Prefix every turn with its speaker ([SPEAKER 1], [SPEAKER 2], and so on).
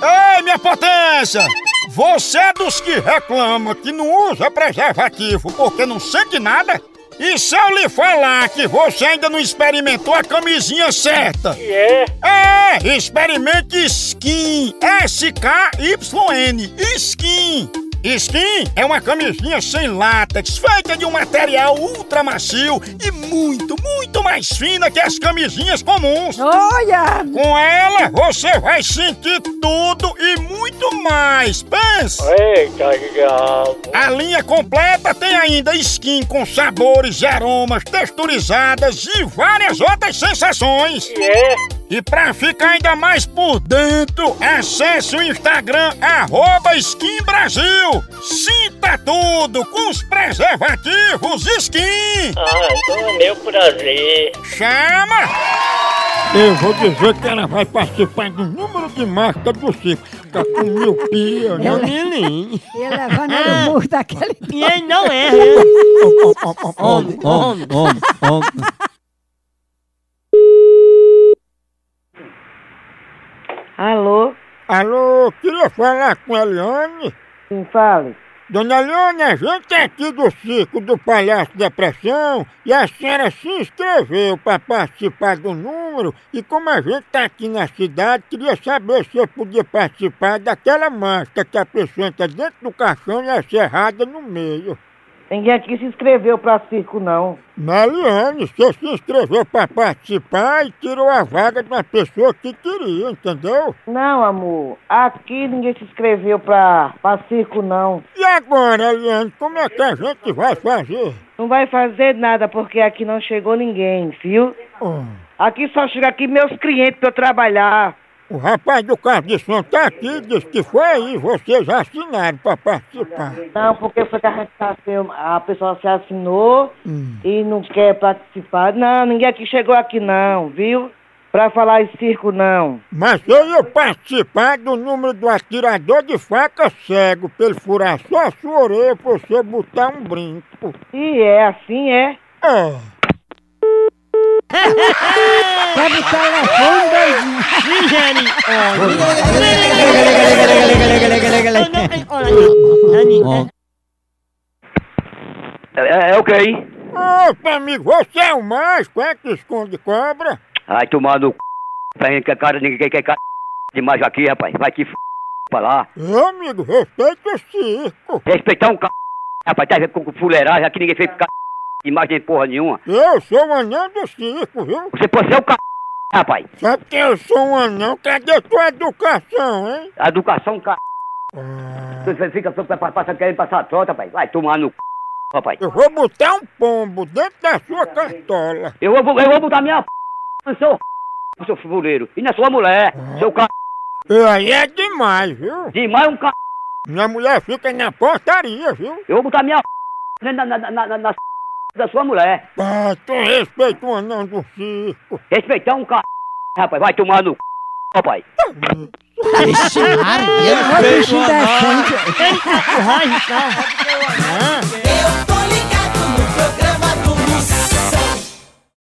[SPEAKER 1] Dona Potência! Você é dos que reclama que não usa preservativo porque não sente nada? E se eu lhe falar que você ainda não experimentou a camisinha certa?
[SPEAKER 2] E é?
[SPEAKER 1] É, experimente Skin. S-K-Y-N. Skin. Skin é uma camisinha sem látex, feita de um material ultra macio e muito, muito mais fina que as camisinhas comuns.
[SPEAKER 3] Olha!
[SPEAKER 1] Com ela, você vai sentir tudo e muito mais. Pensa!
[SPEAKER 2] Eita, diabo.
[SPEAKER 1] A linha completa tem ainda skin com sabores e aromas texturizadas e várias outras sensações.
[SPEAKER 2] E é?
[SPEAKER 1] E pra ficar ainda mais por dentro, acesse o Instagram arroba Skin Brasil. Sinta tudo com os preservativos Skin.
[SPEAKER 2] Ah, então é meu prazer.
[SPEAKER 1] Chama! Eu vou dizer que ela vai participar do número de marca do Chico. Tá com miopia, né?
[SPEAKER 4] Neném.
[SPEAKER 3] E levando ele o murro daquele.
[SPEAKER 4] E aí não erra. Homem, homem, homem, homem.
[SPEAKER 5] Alô?
[SPEAKER 1] Alô, queria falar com a Eliane.
[SPEAKER 5] Quem fala?
[SPEAKER 1] Dona Eliane, a gente é aqui do Circo do Palhaço Depressão e a senhora se inscreveu para participar do número e como a gente está aqui na cidade, queria saber se eu podia participar daquela máscara que a pessoa entra dentro do caixão e é cerrada no meio.
[SPEAKER 5] Ninguém aqui se inscreveu pra circo, não.
[SPEAKER 1] Mas, Eliane, você se inscreveu para participar e tirou a vaga de uma pessoa que queria, entendeu?
[SPEAKER 5] Não, amor. Aqui ninguém se inscreveu pra, pra circo, não.
[SPEAKER 1] E agora, Eliane, como é que a gente vai fazer?
[SPEAKER 5] Não vai fazer nada porque aqui não chegou ninguém, viu?
[SPEAKER 1] Oh.
[SPEAKER 5] Aqui só chega aqui meus clientes pra eu trabalhar.
[SPEAKER 1] O rapaz do carro de som tá aqui, disse que foi aí, vocês assinaram para participar.
[SPEAKER 5] Não, porque foi que a gente tá sem- a pessoa se assinou e não quer participar. Não, ninguém aqui chegou aqui, não, viu? Pra falar em circo, não.
[SPEAKER 1] Mas eu ia participar do número do atirador de faca cego, pra ele furar só a sua orelha pra você botar um brinco.
[SPEAKER 5] E é assim, é.
[SPEAKER 1] É.
[SPEAKER 3] Pega o telefone, doidinho.
[SPEAKER 4] Neném.
[SPEAKER 6] É, é o que aí?
[SPEAKER 1] Opa, amigo, você é o mágico, é que esconde cobra?
[SPEAKER 6] Ai, tomando c. Tá vendo que é cara, ninguém quer cara de macho aqui, rapaz. Vai te f. pra lá.
[SPEAKER 1] Ô, amigo, respeita o circo.
[SPEAKER 6] Respeitar um c. Rapaz, tá vendo com fuleiragem aqui, ninguém fez c. de macho nem porra nenhuma.
[SPEAKER 1] Eu sou um anão do circo, viu?
[SPEAKER 6] Você pode ser o c. rapaz.
[SPEAKER 1] Sabe que eu sou um anão? Cadê tua educação, hein? Ah.
[SPEAKER 6] A educação c. Você fica só pra- pra- passando, querendo passar a trota, rapaz. Vai tomar no c. rapaz.
[SPEAKER 1] Eu vou botar um pombo dentro da sua cartola.
[SPEAKER 6] Eu vou, eu vou botar minha p. no seu c. seu fuleiro. E na sua mulher. Seu c.
[SPEAKER 1] E aí é demais, viu?
[SPEAKER 6] demais um c.
[SPEAKER 1] Minha mulher fica na portaria, viu?
[SPEAKER 6] Eu vou botar minha p. na, na, na, na, na, na c. da sua mulher.
[SPEAKER 1] Pá, tu respeita Ah, o anão do circo.
[SPEAKER 6] Respeitar um c... rapaz, vai tomar no c... rapaz.
[SPEAKER 3] Olha o bichinho decente.
[SPEAKER 4] Vai, tá.
[SPEAKER 1] Hã?
[SPEAKER 7] Eu tô